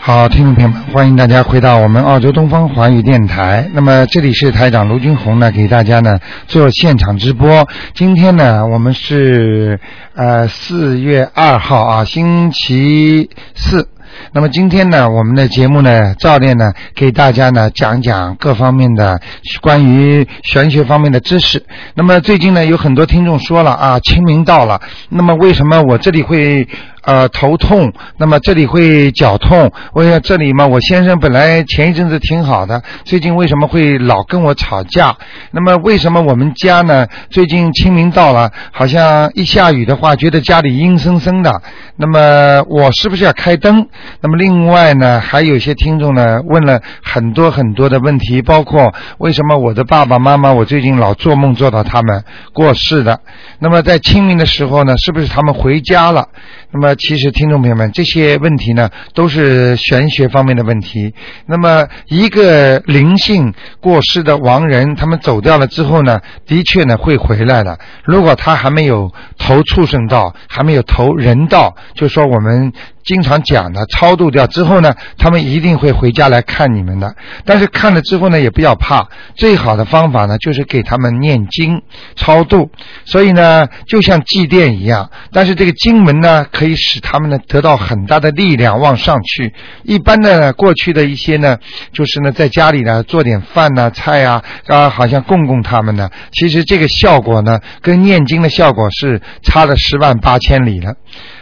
好，听众朋友们，欢迎大家回到我们澳洲东方华语电台。那么这里是台长卢军红呢，给大家呢做现场直播。今天呢，我们是呃四月二号啊，星期四。那么今天呢，我们的节目呢，照例呢，给大家呢讲讲各方面的关于玄学方面的知识。那么最近呢，有很多听众说了啊，清明到了，那么为什么我这里会呃头痛？那么这里会脚痛？为了这里嘛，我先生本来前一阵子挺好的，最近为什么会老跟我吵架？那么为什么我们家呢，最近清明到了，好像一下雨的话，觉得家里阴森森的。那么我是不是要开灯？那么另外呢，还有一些听众呢问了很多很多的问题，包括为什么我的爸爸妈妈，我最近老做梦做到他们过世的。那么在清明的时候呢，是不是他们回家了？那么其实听众朋友们，这些问题呢都是玄学方面的问题。那么一个灵性过世的亡人，他们走掉了之后呢，的确呢会回来的。如果他还没有投畜生道，还没有投人道，就说我们经常讲的超度掉之后呢，他们一定会回家来看你们的。但是看了之后呢，也不要怕，最好的方法呢就是给他们念经超度。所以呢，就像祭奠一样，但是这个经文呢，可以使他们呢得到很大的力量往上去。一般的呢过去的一些呢，就是呢在家里呢做点饭呐、菜啊啊，好像供供他们呢。其实这个效果呢，跟念经的效果是差了十万八千里了。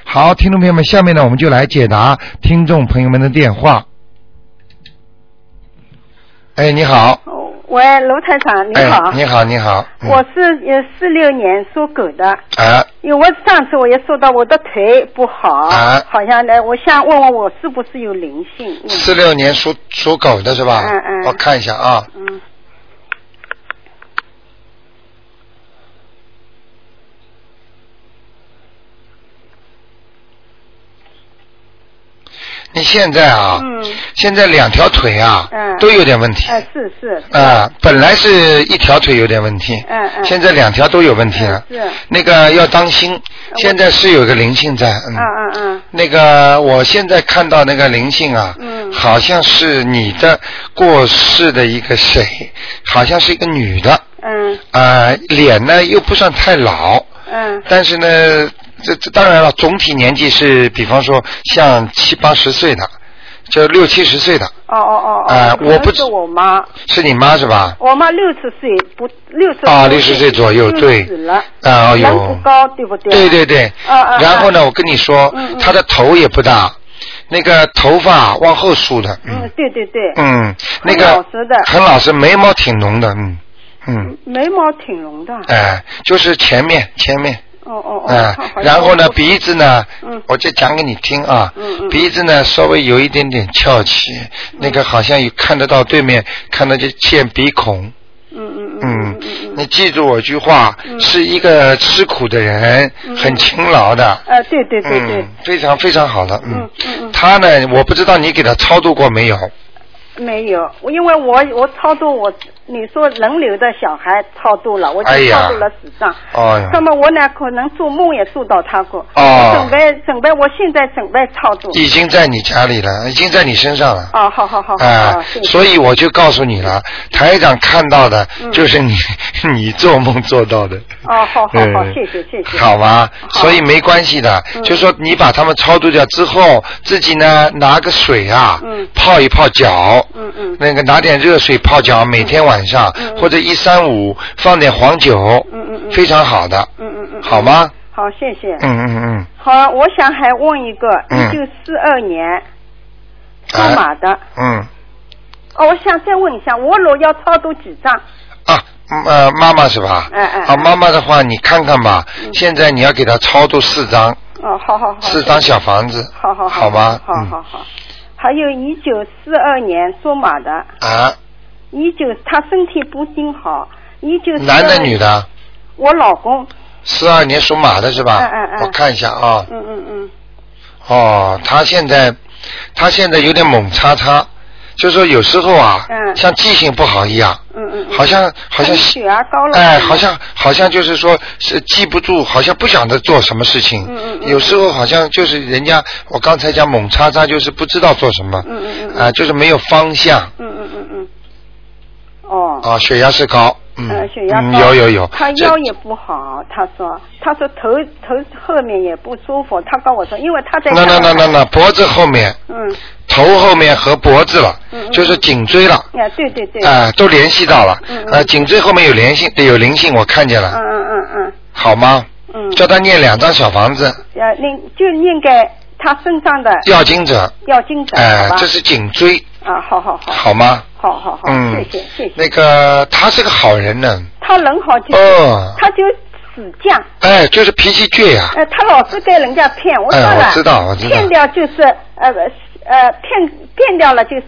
好，听众朋友们，下面呢我们就来解答听众朋友们的电话。哎，你好，哦喂，卢台长，你好，哎，你好，你好，嗯我是呃四六年属狗的，啊因为我上次我也说到我的腿不好，啊好像呢，我想问问我是不是有灵性？嗯四六年属属狗的是吧？嗯嗯我看一下啊，嗯，你现在啊，嗯现在两条腿啊，嗯都有点问题。哎、是是，啊、本来是一条腿有点问题，嗯嗯现在两条都有问题了。嗯是那个要当心，现在是有一个灵性在，嗯，嗯嗯嗯，那个我现在看到那个灵性啊，嗯好像是你的过世的一个谁，好像是一个女的，嗯啊、脸呢又不算太老，嗯但是呢，这这当然了，总体年纪是，比方说像七八十岁的，就六七十岁的，哦哦哦哦，哎可能我不知是我妈，是你妈是吧？我妈六十岁不六十啊60岁左右对死了，啊哎呦人不高，对不对？对对对。啊啊然后啊呢，我跟你说嗯，嗯她的头也不大，那个头发往后梳的，嗯嗯，对对对， 嗯，那很个老实的很老实，眉毛挺浓的，嗯嗯，眉毛挺浓的，哎，就是前面前面。哦哦哦，啊好，像然后呢，我鼻子呢嗯，我就讲给你听啊嗯，嗯鼻子呢稍微有一点点翘起，那个好像有看得到对面，看得见见鼻孔，嗯嗯嗯嗯嗯，你记住我一句话，嗯是一个吃苦的人，嗯很勤劳的，呃，对对对对嗯，，非常非常好了，嗯嗯嗯，嗯哦他呢，我不知道你给他超度过没有，没有，我因为我我超度我，你说人流的小孩超度了，我就哎呀超度了几张。哎呀那么我呢，可能做梦也做到他过。哦我准备准备，我现在准备超度。已经在你家里了，已经在你身上了。哦，好好好好啊好，谢，谢。所以我就告诉你了，台长看到的嗯就是你， 你做梦做到的。哦，好好好，嗯谢谢谢谢。好吧，好所以没关系的，嗯就说你把他们超度掉之后，自己呢拿个水啊嗯，泡一泡脚，嗯嗯那个拿点热水泡脚，每天晚上嗯嗯或者一三五放点黄酒嗯，嗯嗯非常好的，嗯嗯嗯，好？吗？好，谢谢。嗯嗯好，我想还问一个，嗯一九四二年属哎马的。嗯嗯哦，我想再问一下，我若要超度几张？啊。嗯呃，妈妈是吧？哎哎啊，哎妈妈的话，你看看吧。现在你要给她超度四张，哦，嗯好好好。四张小房子，好好好吗？好嗯好好。还有一九四二年属马的，啊，一九他身体不挺好，一九男的女？的，我老公，四二年属马的是吧？嗯嗯嗯我看一下啊，嗯嗯嗯，哦，他现在他现在有点猛叉叉，就说有时候啊，嗯像记性不好一样，嗯嗯，嗯好像好像血压高了，哎，好像好像就是说是记不住，好像不晓得做什么事情。嗯嗯嗯有时候好像就是人家，我刚才讲猛叉叉，就是不知道做什么。嗯嗯嗯嗯啊，就是没有方向嗯嗯嗯嗯，哦，啊，血压是高。嗯。呃，血压高，嗯，有有有。他这腰也不好，他说，他说头头后面也不舒服，他跟我说，因为他在那那那那那脖子后面、嗯，头后面和脖子了，嗯嗯就是颈椎了。哎、对对对，啊、都联系到了，嗯嗯呃，颈椎后面有联系，有灵性，我看见嗯了，嗯嗯嗯好吗？嗯，叫他念两张小房子，呃，应就应该他身上的要经者，要精神，哎、好吧这？是颈椎，啊，好好好，好吗？好好好，嗯谢谢谢谢。那个他是个好人呢，他人好就是，哦他就死犟，哎，就是脾气倔呀、呃，他老是给人家骗，我说哎了，我知道我知道骗掉就是呃呃骗骗掉了就是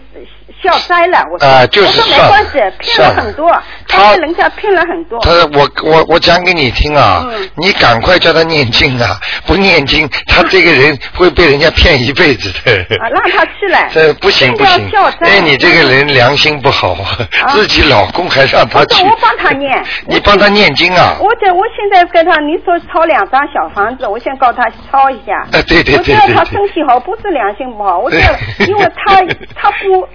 消灾了，我说，哎就是我说算没了关系，骗算了了很多，他被人家骗了很多，他我我我讲给你听啊，哦嗯你赶快叫他念经啊！不念经，他这个人会被人家骗一辈子的。 啊，让他去了，这不行骗不掉行消，灾，哎，你这嗯个人良心不好， 自己老公还让他我去啊说。我帮他念 你帮他念经啊？我这我现在给他，你说抄两张小房子，我先告他抄一下。哎对对对我知对道他对，身体好，不是良心不好，我知道因为 他他不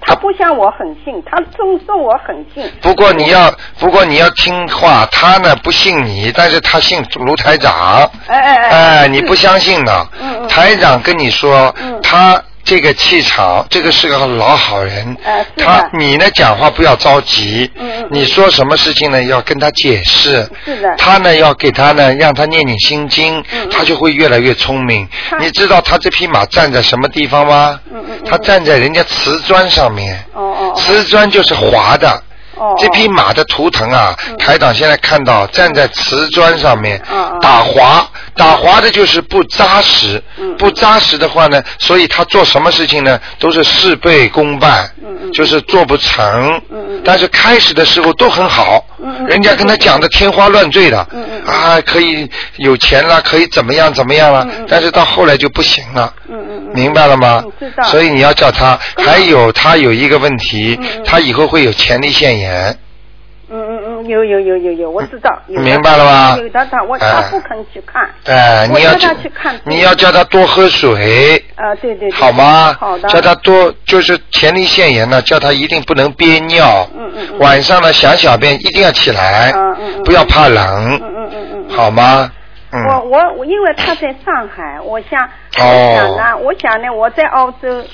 他不像我很信，他重视我很信。不过你要，不过你要听话，他呢不信你，但是他信卢台长。哎哎哎哎，你不相信呢？嗯嗯台长跟你说，嗯他这个气场，这个是个老好人。哎是的他你呢讲话不要着急。嗯嗯嗯你说什么事情呢？要跟他解释。是的他呢要给他呢，让他念念心经，嗯嗯他就会越来越聪明。他你知道他这匹马站在什么地方吗？嗯嗯嗯呃他站在人家瓷砖上面。哦哦哦瓷砖就是滑的。哦，这匹马的图腾啊，台长现在看到站在瓷砖上面嗯嗯打滑，打滑的就是不扎实嗯，不扎实的话呢，所以他做什么事情呢，都是事倍功半嗯嗯，就是做不成嗯嗯。但是开始的时候都很好嗯嗯，人家跟他讲的天花乱坠的嗯嗯，嗯啊，可以有钱了，可以怎么样怎么样了嗯嗯，但是到后来就不行了。嗯嗯嗯，明白了吗嗯？知道。所以你要叫他，还有他有一个问题嗯嗯，他以后会有前列腺炎。嗯嗯嗯，有有有有有，我知道。有的明白了吧有的他我哎他不肯去看。哎，我你要叫叫他去看病你要叫他多喝水，啊，对对对。好吗？好的。叫他多就是前列腺炎呢，叫他一定不能憋尿。嗯嗯嗯晚上呢想小便一定要起来，嗯嗯嗯不要怕嗯冷，嗯嗯嗯嗯。好吗？嗯，我我我，因为他在上海，我想，哦我想呢，我想呢，我在澳洲，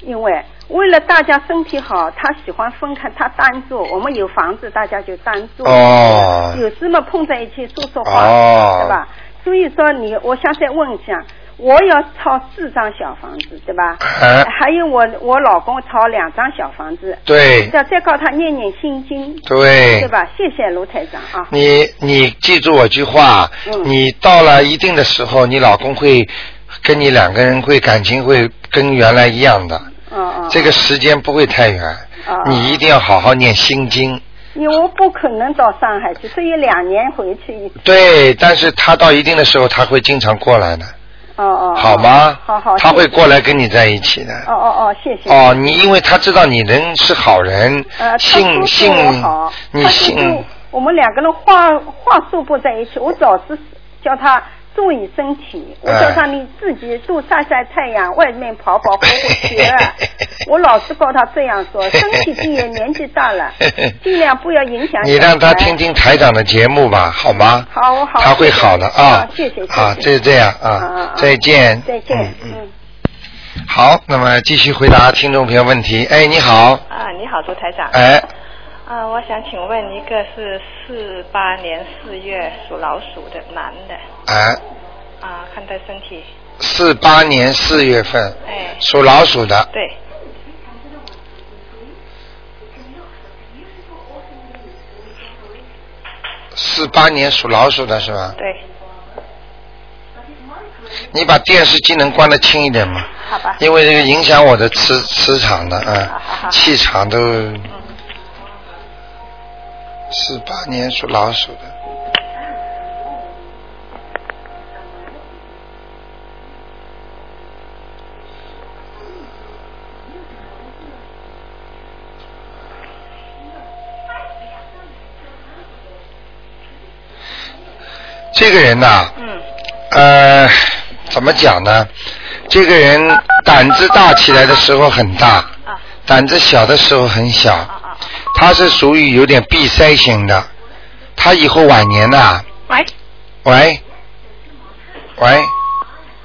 因为为了大家身体好，他喜欢分开，他单住，我们有房子，大家就单住，哦有事嘛碰在一起说说话，哦对吧？所以说你，我想再问一下，我要抄四张小房子，对吧？哎还有我我老公抄两张小房子，对再再告他念念心经，对对吧？谢谢卢台长啊，你你记住我句话，嗯你到了一定的时候，你老公会跟你两个人会感情会跟原来一样的，嗯嗯，这个时间不会太远，哦你一定要好好念心经。因为我不可能到上海去，所以两年回去一次。对，但是他到一定的时候，他会经常过来的，哦哦。哦好吗？好好。他会谢谢。过来跟你在一起的。哦哦哦，谢谢。哦，你因为他知道你人是好人，呃，他信叔叔信我好，你他叔信，叔我们两个人话话术不在一起，我早是叫他注意身体，我哎叫他你自己多晒晒太阳，外面跑跑活 活学。我老是告他这样说，身体第一，年纪大 了，尽量不要影响。你让他听。听台长的节目吧，好吗？好我好他会好的啊好。谢谢谢谢啊，这这样啊啊啊啊，再见。再见。嗯嗯。好，那么继续回答听众朋友问题。哎，你好，啊，你好，朱台长。哎，啊，我想请问一个是四八年四月属老鼠的男的，哎，啊，看他身体，四八年四月份，哎，属老鼠的，对，四八年属老鼠的是吧？对，你把电视机能关的轻一点吗？好吧，因为这个影响我的磁磁场的，嗯好好，好气场都。四八年属老鼠的。这个人呐、嗯呃，怎么讲呢？这个人胆子大起来的时候很大，啊胆子小的时候很啊小，啊！他是属于有点闭塞型的。他以后晚年呐、喂，喂，喂，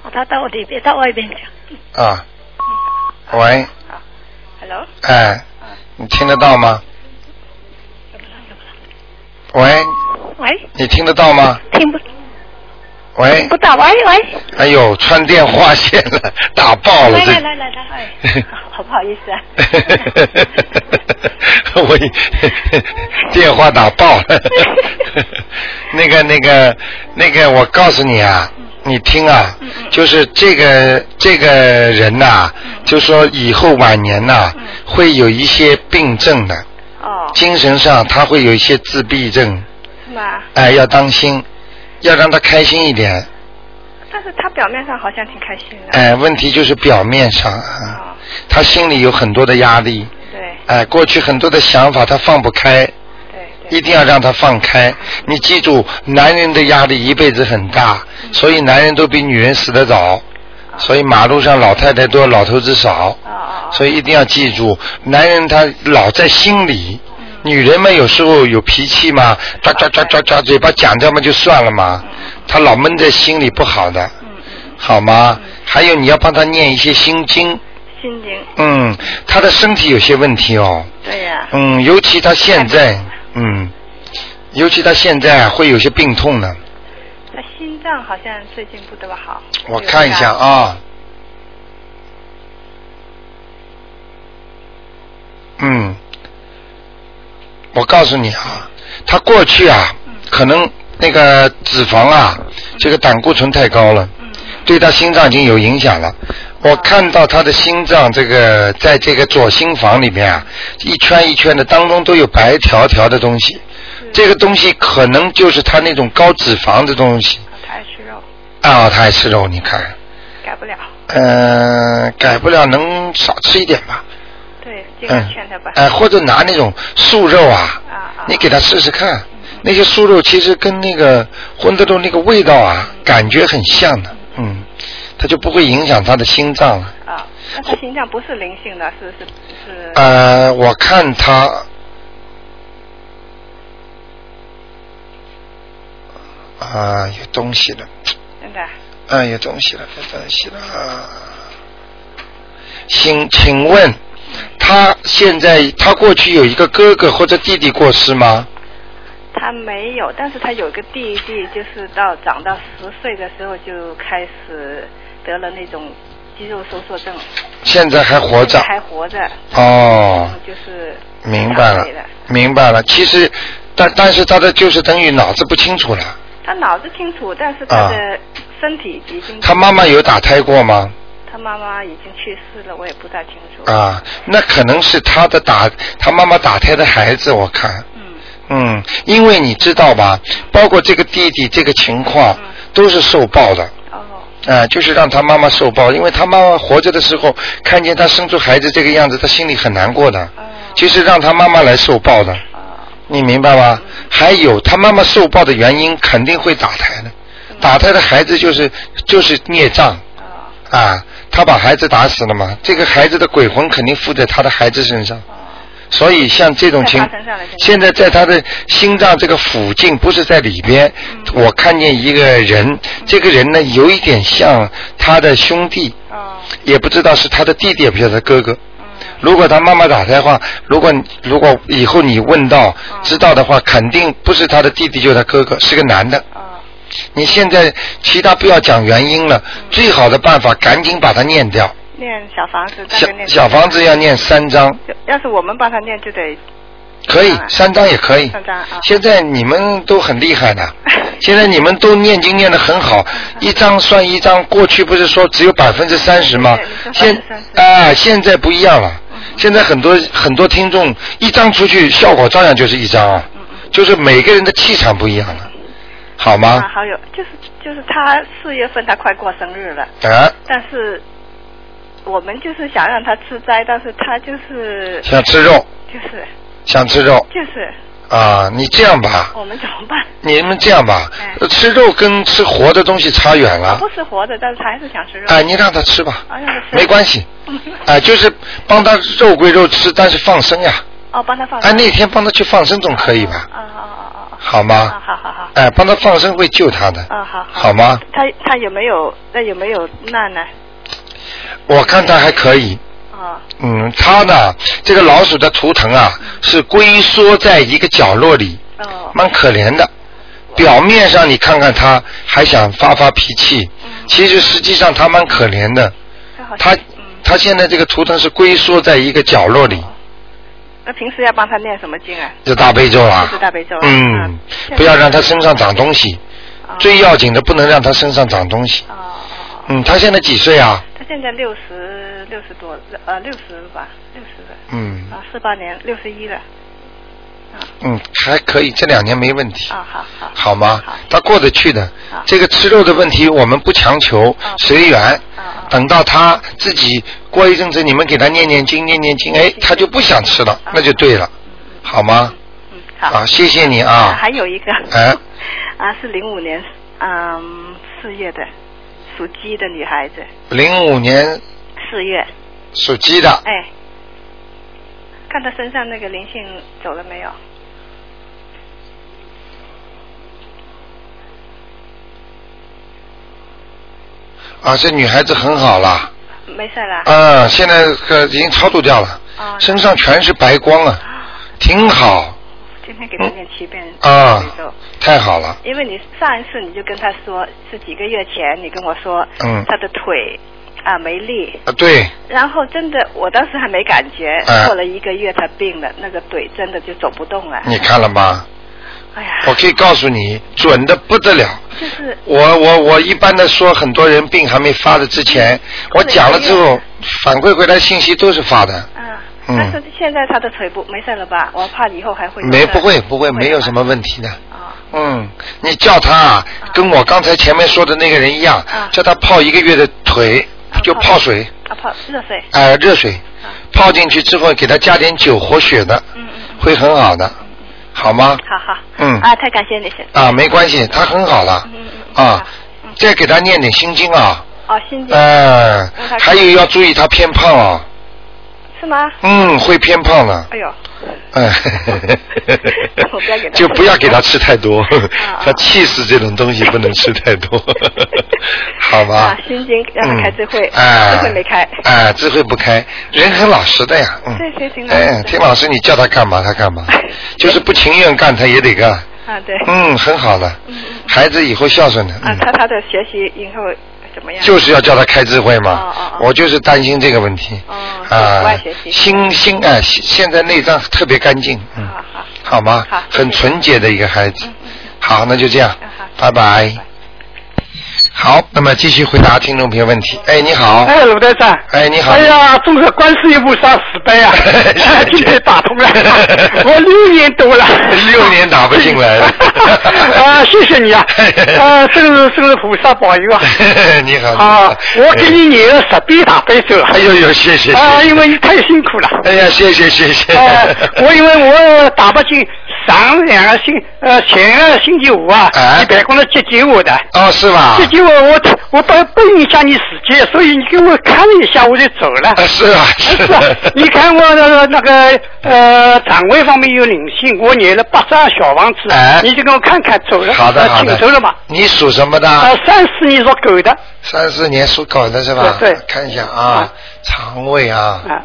哦他到里边到外边讲。啊，喂，好，Hello，哎，你听得到吗？喂，喂，你听得到吗？听不喂不，到，喂喂。哎呦，穿电话线了，打爆了来这。？来来来来，哎，好不好意思啊 我以电话打爆了。 那个、那个、那个，我告诉你啊，你听啊，就是这个这个人呐、就说以后晚年呐、会有一些病症的，哦，精神上他会有一些自闭症，是吗？哎，要当心，要让他开心一点。但是他表面上好像挺开心的。哎，问题就是表面上啊，哦，他心里有很多的压力，对哎，过去很多的想法他放不开，对一对，定要让他放开。你记住，男人的压力一辈子很大，所以男人都比女人死得早，所以马路上老太太多，老头子少。哦哦哦，所以一定要记住，男人他老在心里，女人嘛有时候有脾气嘛，抓抓抓抓抓，嘴巴讲掉嘛就算了嘛，他老闷在心里不好的，嗯嗯，好吗？还有你要帮他念一些心经，心灵，嗯，他的身体有些问题哦，对呀、嗯，尤其他现在，嗯，尤其他现在会有些病痛呢，他心脏好像最近不怎么好。我看一下啊。嗯，我告诉你啊，他过去啊，可能那个脂肪啊，这个胆固醇太高了，对他心脏已经有影响了。我看到他的心脏这个在这个左心房里面啊，一圈一圈的当中都有白条条的东西，这个东西可能就是他那种高脂肪的东西。他爱吃肉，啊，他爱吃肉，你看，改不了。嗯、改不了，能少吃一点吧，对，这个嗯劝他吧，。哎、或者拿那种素肉啊，啊啊你给他试试看，那些素肉其实跟那个荤的肉那个味道啊，感觉很像的，嗯，它就不会影响他的心脏了。啊，但他心脏不是灵性的，是是是。呃，我看他，啊，有东西了。真的，啊，有东西了，有东西了。啊请请问，他现在他过去有一个哥哥或者弟弟过世吗？他没有，但是他有一个弟弟，就是到长到十岁的时候就开始得了那种肌肉收缩症，现在还活着现在。还活着。哦，嗯就是明白长了辈的，明白了。其实，但但是他的就是等于脑子不清楚了。他脑子清楚，但是他的身体已经、啊他妈妈有打胎过吗？他妈妈已经去世了，我也不大清楚。啊，那可能是他的打他妈妈打胎的孩子，我看。嗯，嗯，因为你知道吧，包括这个弟弟这个情况，嗯都是受报的。哦，啊，就是让他妈妈受报，因为他妈妈活着的时候，看见他生出孩子这个样子，他心里很难过的。就是让他妈妈来受报的，哦，你明白吗？还有他妈妈受报的原因，肯定会打胎的，打胎的孩子就是就是孽障哦，啊，他把孩子打死了嘛，这个孩子的鬼魂肯定附在他的孩子身上。哦所以像这种情在他身上了，现在在他的心脏这个附近，不是在里边。嗯我看见一个人，这个人呢有一点像他的兄弟，哦，嗯也不知道是他的弟弟，也不晓得哥哥。如果他妈妈打胎的话，如果如果以后你问到嗯知道的话，肯定不是他的弟弟就是他哥哥，是个男的。哦，你现在其他不要讲原因了，嗯最好的办法赶紧把它念掉。念小房子，大小概念小房子啊要念三章，就要是我们帮他念，就得可以当然三章也可以。啊三章啊现在你们都很厉 害的，现在你们都念经念得很好，一张算一张。过去不是说只有百分之三十吗对？你说现30%啊、现在不一样了。嗯现在很多很多听众一张出去，效果照样就是一张嗯啊，就是每个人的气场不一样了，好吗？啊，好有，就是就是他四月份他快过生日了，啊，但是我们就是想让他吃斋，但是他就是想吃肉，就是想吃肉，就是啊，你这样吧，我们怎么办？你们这样吧，哎吃肉跟吃活的东西差远我了。不吃活的，但是还是想吃肉。哎，啊你让他吃吧，啊，让他吃 没关 系。哎，就是帮他肉归肉吃，但是放生呀。哦，帮他放生。哎，那天帮他去放生总可以吧？啊啊啊啊！好啊，吗？好好好。哎，帮他放生会救他的，啊，好。好吗？他他有没有那有没有难呢？我看他还可以。啊嗯，他呢，这个老鼠的图腾啊，是龟缩在一个角落里，哦蛮可怜的。表面上你看看他还想发发脾气，嗯，其实实际上他蛮可怜的。他好像他嗯，他现在这个图腾是龟缩在一个角落里，那平时要帮他念什么经啊？这大悲咒啊就是大悲咒啊。嗯，不要让他身上长东西，啊最要紧的不能让他身上长东西。哦哦哦，嗯，他现在几岁啊？他现在六十六十多，呃，六十吧，六十了，嗯啊，四八年六十一了，嗯，还可以，这两年没问题。啊，好好，好吗好？他过得去的好。哦这个吃肉的问题，我们不强求，随缘。啊啊等到他自己过一阵子，你们给他念念经，念念经，哎，他就不想吃了，那就对了，好吗？嗯，哦好，啊，谢谢你啊。还有一个，哎，啊，是零五年，嗯，四月的，属鸡的女孩子，零五年四月，属鸡的，哎，看她身上那个灵性走了没有？啊，这女孩子很好啦，没事啦， 啊，现在可已经超度掉了，啊，身上全是白光啊，挺好，今天给她念七遍啊大悲咒太好了，因为你上一次你就跟他说是几个月前，你跟我说，嗯他的腿啊没力，啊，对，然后真的我当时还没感觉，哎过了一个月他病了，那个腿真的就走不动了。你看了吗？哎呀，我可以告诉你，准的不得了。就是我我我一般的说，很多人病还没发的之前，我讲了之后，反馈回来信息都是发的，啊，嗯但是现在他的腿部没事了吧？我怕以后还会有没事不会不会没有什吧么问题的。啊嗯，你叫他啊，跟我刚才前面说的那个人一样啊，叫他泡一个月的腿啊，就泡水，啊泡热水哎、热水啊，泡进去之后，给他加点酒活血的，嗯嗯嗯会很好的，好吗？好好嗯啊太感谢你先啊，没关系，他很好了嗯嗯嗯，嗯啊好嗯，再给他念点心经啊，哦心经呃让他，还有要注意他偏胖啊。是吗？嗯，会偏胖的。哎呦嗯我不要给 他就不要给他吃太多啊，他气死这种东西不能吃太多， 好吧啊？心经让他开智慧嗯哎，智慧没开哎，智慧不开，人很老实的呀，嗯，对对挺老实的哎，挺老实，你叫他干嘛他干 嘛，就是不情愿干他也得干，啊对。嗯，很好的，孩子以后孝顺的，啊，嗯，他他的学习以后怎么样？啊就是要叫他开智慧嘛哦哦哦，我就是担心这个问题哦，不啊爱学，习心心哎，现现在内脏特别干净，嗯。好好，好吗？好很纯洁的一个孩子。好，那就这样嗯，拜拜拜。好，那么继续回答听众朋友问题。哎，你好，哎，鲁队长。哎你好！。哎呀，中国观世音菩萨慈悲啊今天打通了，我六年多了六年打不进来了 啊，谢谢你 啊！啊，真是真是菩萨保佑啊！你 好。啊，我给你念了十遍大悲咒了。 哎呦呦，谢谢谢啊，因谢。为你太辛 苦了。哎呀，谢谢谢谢。呃，我因为我打不进，上两个星呃前个星期五啊哎，你白宫来接接我的， 哦，是吧接？接我我我不不影响你时间，所以你给我看了一下我就走了。啊是啊是啊啊， 你看我那个那个呃，肠胃方面有灵性，我念了八张小房子啊哎，你就给我看看走 了，好的呃好的请走了嘛。。你属什么呃的？，三四年属狗的三四年属狗的是吧？对对看一下啊啊，肠胃啊，啊，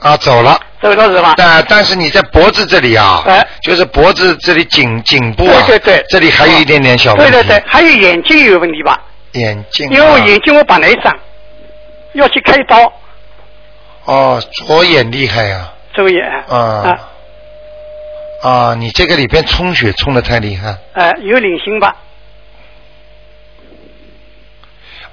啊走了。走了是吧？但但是你在脖子这里啊，哎就是脖子这里颈颈部啊，对对对这里还有一点点小问对题，对对，还有眼睛有问题吧？眼睛、啊，因为我眼睛我本来伤，要去开刀，哦，左眼厉害呀、周眼啊，啊，啊你这个里边充血啊充的太厉害，呃，有灵性吧？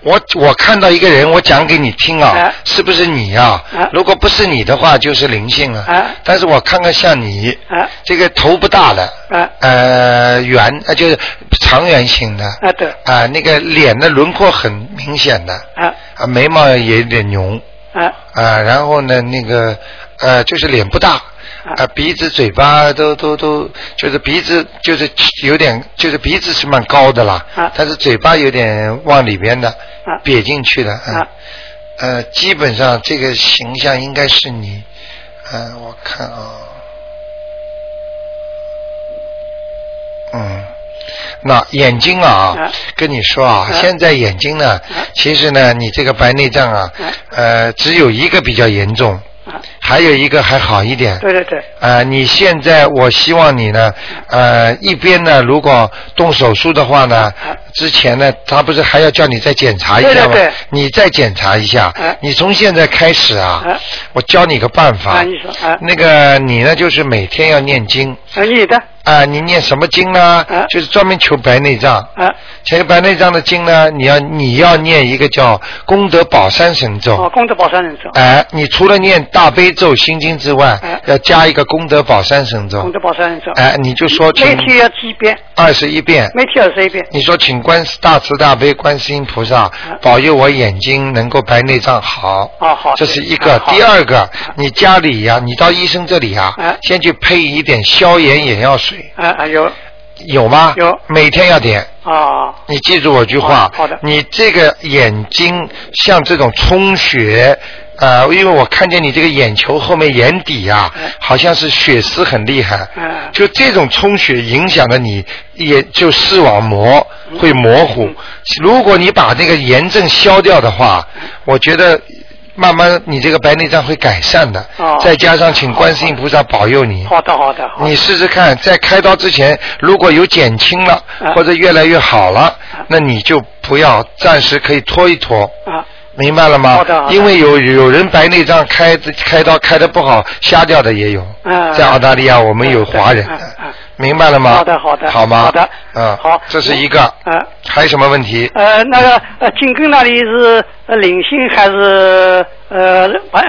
我我看到一个人，我讲给你听啊啊，是不是你啊啊？如果不是你的话，就是灵性了啊。但是我看看像你啊，这个头不大的，啊呃，圆呃就是长圆形的，啊对啊，那个脸的轮廓很明显的，啊啊，眉毛也有点浓，啊啊，然后呢，那个呃，就是脸不大，啊，鼻子、嘴巴都都都，就是鼻子就是有点，就是鼻子是蛮高的啦，啊但是嘴巴有点往里边的，啊瘪进去的，嗯啊呃，基本上这个形象应该是你，嗯、我看啊、嗯，那眼睛啊，啊跟你说啊，啊现在眼睛呢，其实呢，你这个白内障啊，啊呃，只有一个比较严重，啊，还有一个还好一点。对对对，呃，你现在我希望你呢，呃，一边呢，如果动手术的话呢，之前呢，他不是还要叫你再检查一下吗？对对对你再检查一下。啊你从现在开始啊，啊我教你个办法。啊你说啊那个你呢，就是每天要念经啊你的啊、你念什么经呢？啊就是专门求白内障。啊前白内障的经呢，你要你要念一个叫功德宝山神咒。哦，功德宝山人咒，哎，你除了念大悲咒、心经之外，哎要加一个功德宝山神咒功德。宝山人咒，哎，你就说请哎每天要几遍，二十一遍。每天二十一遍，你说请观世大慈大悲观世音菩啊萨保佑我眼睛能够白内障好。哦好这是一个。好啊第二个，你家里呀、你到医生这里呀、哎先去配一点消炎眼药水，啊啊有有吗？有每天要点。啊你记住我句话好，好的你这个眼睛像这种充血，呃，因为我看见你这个眼球后面眼底啊，嗯好像是血丝很厉害，嗯就这种充血影响了你眼就视网膜嗯会模糊。如果你把那个炎症消掉的话，我觉得。慢慢，你这个白内障会改善的。哦再加上请观世音菩萨保佑你。好的好的好的你试试看，在开刀之前，如果有减轻了啊或者越来越好了，那你就不要暂时可以拖一拖，啊明白了吗？好的好的因为有有人白内障开开刀开的不好，瞎掉的也有。嗯在澳大利亚我们有华人嗯嗯嗯，明白了吗？好的好的好吗？好的嗯，好这是一个。啊还有什么问题？呃那个呃颈根那里是呃灵性还是呃完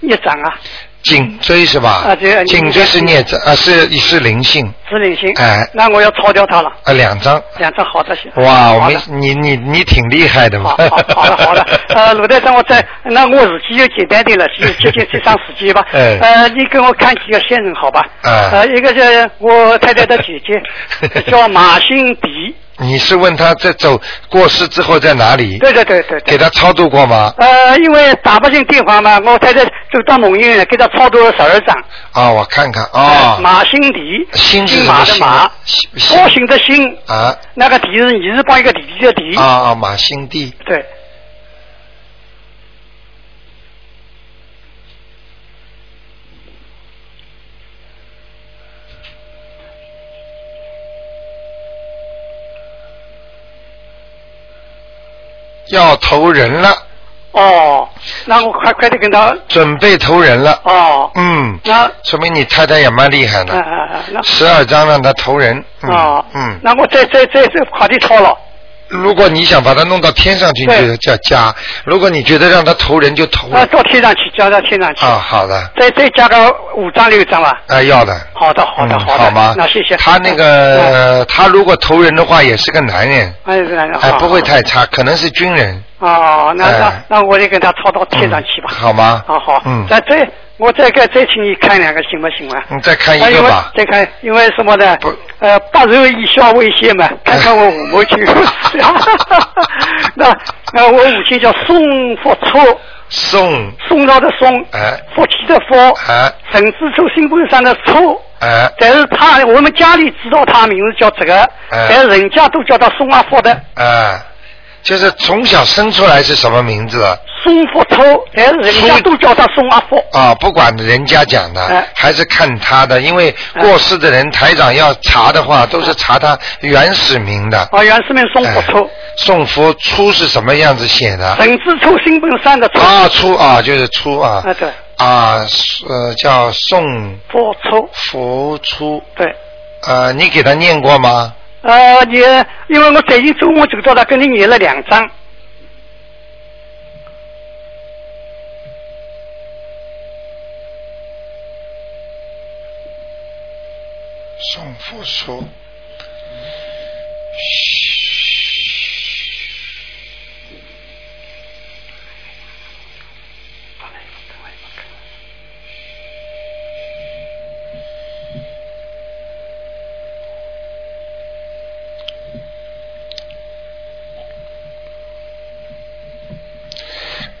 业障啊？颈椎是吧？啊对颈椎是孽障啊，是是灵性是灵性，哎那我要抄掉它了。啊，两张。两张好的行。哇，我好们的你你你挺厉害的嘛好。好好的 好的，呃，鲁台长，我再那我自己就简单点了，就就就就上自己吧。哎呃，你给我看几个先人好吧？啊呃，一个是我太太的姐姐，叫马新 迪。你是问他在走过世之后在哪里？对对对对给对。他超度过吗？呃，因为打不进电话嘛，我太太走到梦院了，给她超度了十二张。啊，我看看呃啊，马新迪，新是金什么马的新马啊？，新新高兴的兴，啊那个迪是你是帮一个弟弟的弟。啊。啊，马新帝，对。要投人了，哦，那我快快点跟他准备投人了。哦，嗯，那说明你太太也蛮厉害啊的，啊啊，那十二张让他投人。嗯哦，嗯，那我再再再再快点抄了，如果你想把他弄到天上去，你对就叫加；如果你觉得让他投人，就投啊，人。到天上去，加到天上去，啊，好的，再再加个五张六张吧。啊，要的。好的，好的，嗯的，吗？那谢谢。他那个、呃他如果投人的话，也是个男人，嗯，哎，哎，好不会。太差，可能是军人。哦，那哎那那我就跟他抄到天上去吧。嗯好吗好好，嗯那再我再给再请你看两个行不行啊？你再看一啊因个为吧。再看，因为什么呢不？呃，八十以下为限嘛，看看我母亲。那那我母亲叫宋福初，宋，宋朝的宋，哎福气的福，哎沈字处心不上的处。哎但是他我们家里知道他名字叫这个，哎但是人家都叫他宋阿福的，哎，就是从小生出来是什么名字啊宋福初，但是人家宋都叫他宋阿福。啊？不管人家讲的，哎还是看他的，因为啊过世的人、台长要查的话，都是查他原始名的。啊，原是名宋福哎初，宋福初是什么样子写的？沈字处心本上的处，啊，初啊，就是初啊。啊对，啊，呃，叫宋福初，福初，对。呃，你给他念过吗？呃，你因为我最近周末走到了，跟你念了两张，送复书。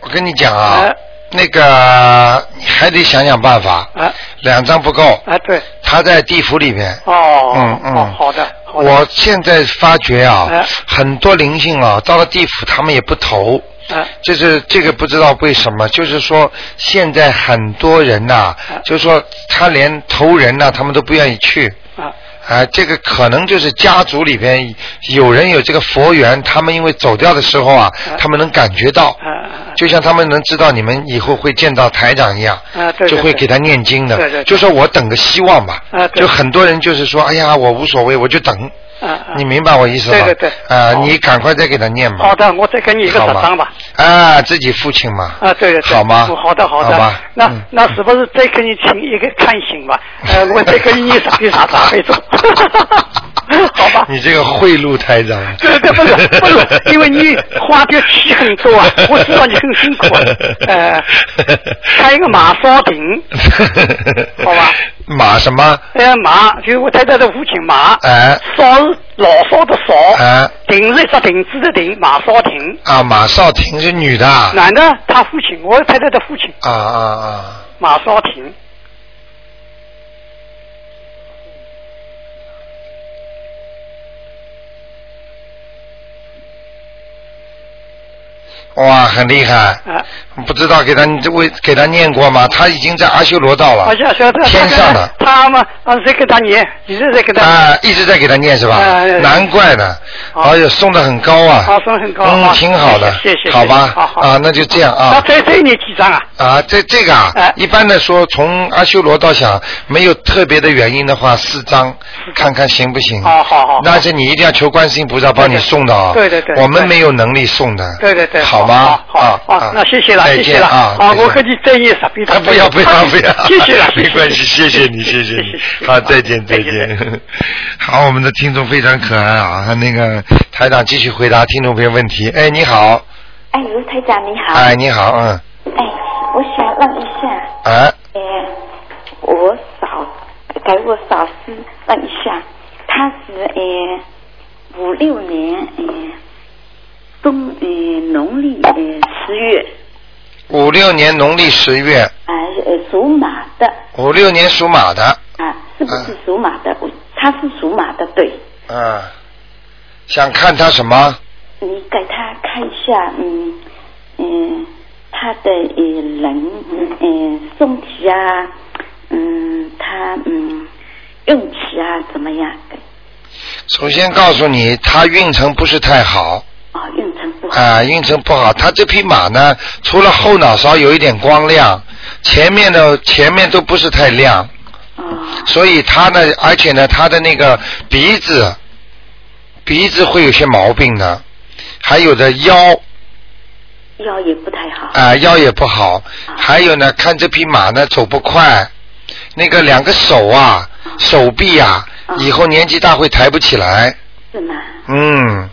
我跟你讲啊，哎那个你还得想想办法，啊两张不够，啊，对，他在地府里面。哦，嗯嗯哦，好的，好的，我现在发觉啊哎，很多灵性啊，到了地府他们也不投，啊就是这个不知道为什么，就是说现在很多人呐、哎就是说他连投人呐、他们都不愿意去。啊啊，这个可能就是家族里边有人有这个佛缘，他们因为走掉的时候啊哎，他们能感觉到啊，啊就像他们能知道你们以后会见到台长一样，啊，对，就对会对给他念经的。对对对就说我等个希望吧。啊对就很多人就是说，哎呀，我无所谓，我就等。啊啊，你明白我意思吗？对对对啊，好你赶快再给他念吧。好的，我再给你一嗯个好十吗张吧。啊，自己父亲嘛。啊，对对对，好吗？嗯好的，好的。吧。那、嗯那是不是再给你请一个看行吧？呃，我再给你念傻逼傻傻 黑走。好吧。你这个贿赂台长。对对，不是不是，因为你花的气很 多啊，我知道你很辛苦啊。呃，开一 个马烧饼，好吧。马什么？呃，马就是我太太的父亲马，哎烧是老烧的烧，哎亭是一只亭子的亭，马烧亭。啊，马少廷是女的啊。男的，他父亲，我太太的父亲啊啊啊！马烧亭。哇，很厉害。啊，不知道给他你这为给他念过吗？他已经在阿修罗道了。而且晓得啊天上的他们啊，在给他念，一直在给他念，啊，一直在给他念是吧？哎哎哎难怪呢，好哎呦，送的很高啊，啊，分很高，嗯，啊挺好的，谢谢谢谢，好吧，好好啊，那就这样那啊。再再念几张啊？啊，这这个啊，哎一般的说，从阿修罗到想没有特别的原因的话，四张看看行不行？哦好好好，但是你一定要求观世音菩萨帮你对对送的啊。对对对我们对没有能力送的。对对对，好吗？好好，啊好，那谢谢了，再谢谢见了，啊！好，再见我和你再念十遍啊，钟。不要不要不要，谢谢了，没关系，谢谢你，谢谢谢谢你，谢好，好再见再见见。 好，我们的听众非常可爱啊，那个台长继续回答听众朋友问题。哎，你好，哎，卢台长你好。哎，你好，嗯，哎，我想问一下，哎，呃，我嫂给我嫂子问一下，她是呃五六年呃冬呃农历呃十月五六年农历十月，啊呃属马的五六年属马的，啊，是不是属马的？我她是属马的，对。嗯，想看他什么？你给她看一下，嗯嗯，她的呃人嗯身体啊，嗯，她嗯运气啊怎么样？首先告诉你，他运程不是太好啊、哦，运程不好。啊，运程不好。他这匹马呢，除了后脑勺有一点光亮，前面的前面都不是太亮。哦所以他呢，而且呢，他的那个鼻子，鼻子会有些毛病的，还有的腰腰也不太好。啊、腰也不好，还有呢，看这匹马呢走不快，那个两个手啊，手臂啊，以后年纪大会抬不起来，是吗？嗯。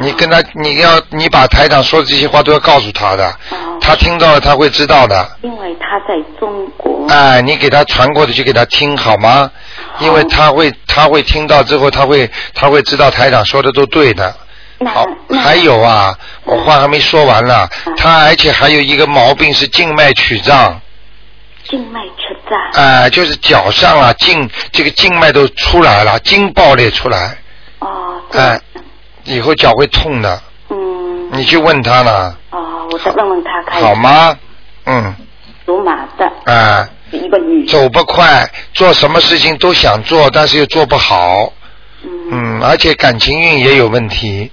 你跟他，你要你把台长说的这些话都要告诉他的，哦，他听到了他会知道的。因为他在中国。哎，你给他传过的去给他听好吗？因为他会他会听到之后，他会他会知道台长说的都对的。那好，那还有啊，我话还没说完呢。嗯他而且还有一个毛病是静脉曲张，静脉曲张。哎、就是脚上啊静这个静脉都出来了，筋爆裂出来，哦，对。哎、以后脚会痛的。嗯。你去问他呢，哦，我再问问他看。好？吗？嗯，属马的哎、是一个女。走不快，做什么事情都想做，但是又做不好。嗯。嗯，而且感情运也有问题，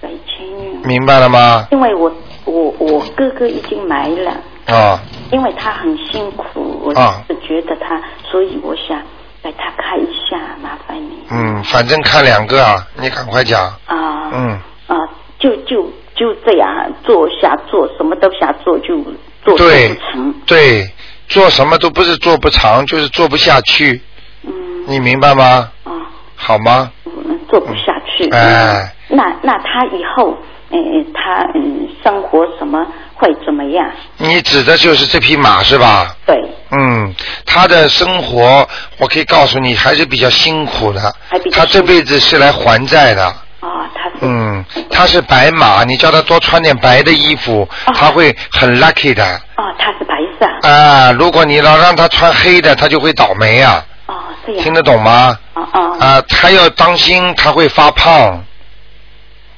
在前女。明白了吗？因为我我我哥哥已经埋了，啊、因为他很辛苦，我啊是觉得他，所以我想给他看一下，麻烦你。嗯，反正看两个啊，你赶快讲。啊。嗯，啊，就就就这样做瞎做，什么都瞎做，就做做对不成。对，做什么都不是做不长，就是做不下去。嗯，你明白吗？啊、好吗？嗯，做不下去。哎，那那他以后，嗯、他嗯，生活什么会怎么样？你指的就是这匹马是吧？对，嗯，他的生活我可以告诉你，还是比较辛苦的还比。较他这辈子是来还债的。啊、他是嗯，他是白马，你叫他多穿点白的衣服，哦他会很 lucky 的。啊、他是白色啊，如果你老让他穿黑的，他就会倒霉啊。啊、这样听得懂吗？啊啊，啊，他要当心，他会发胖。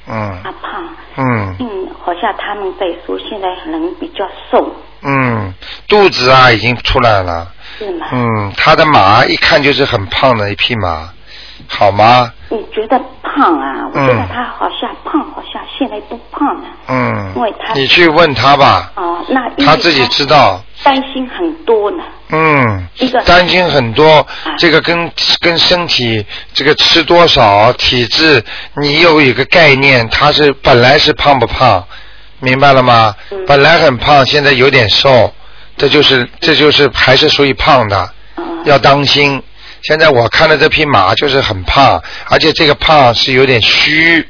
嗯他胖，嗯嗯，好像他们在说现在人比较瘦，嗯，肚子啊已经出来了。是吗？嗯，他的马一看就是很胖的一匹马，好吗？你觉得胖啊？我觉得嗯他好像胖，好像现在不胖了、嗯因为他，你去问他吧，啊、那因为他自己知道。担心很多呢，嗯，一个担心很多，这个跟跟身体这个吃多少体质，你有一个概念，他是本来是胖不胖，明白了吗？本来很胖，现在有点瘦，这就是这就是还是属于胖的，呃要当心。现在我看的这匹马就是很胖，而且这个胖是有点虚，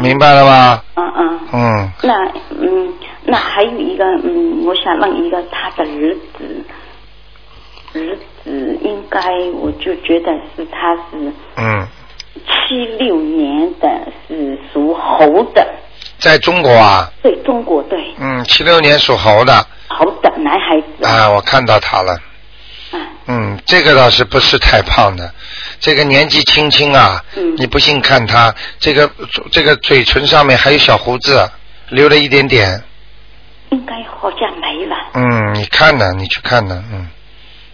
明白了吗？嗯哦嗯，嗯，那嗯，那还有一个嗯，我想问一个他的儿子，儿子应该我就觉得是他是嗯，七六年的，是属猴的，在中国啊，对中国对嗯，七六年属猴的，猴的男孩子啊啊，我看到他了。嗯，这个倒是不是太胖的，这个年纪轻轻啊，你不信看他这个这个嘴唇上面还有小胡子，留了一点点。应该好像没了，嗯，你看呢，你去看呢，嗯，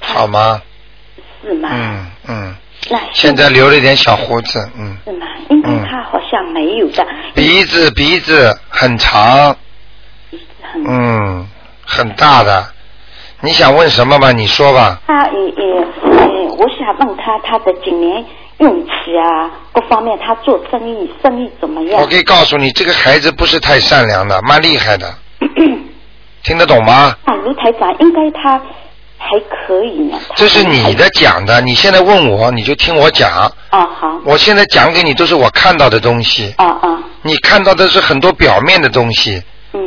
好吗？是吗？嗯嗯，那现在留了一点小胡子，嗯，是吗？应该他好像没有的，鼻子鼻子很长，嗯，很大的。你想问什么吗？你说吧。他也也也，我想问他他的今年运气啊，各方面他做生意生意怎么样？我可以告诉你，这个孩子不是太善良的，蛮厉害的。听得懂吗？ 啊，卢台长，应该他还可以呢。这是你的讲的，你现在问我，你就听我讲。啊，好，我现在讲给你都是我看到的东西。啊啊，你看到的是很多表面的东西，嗯，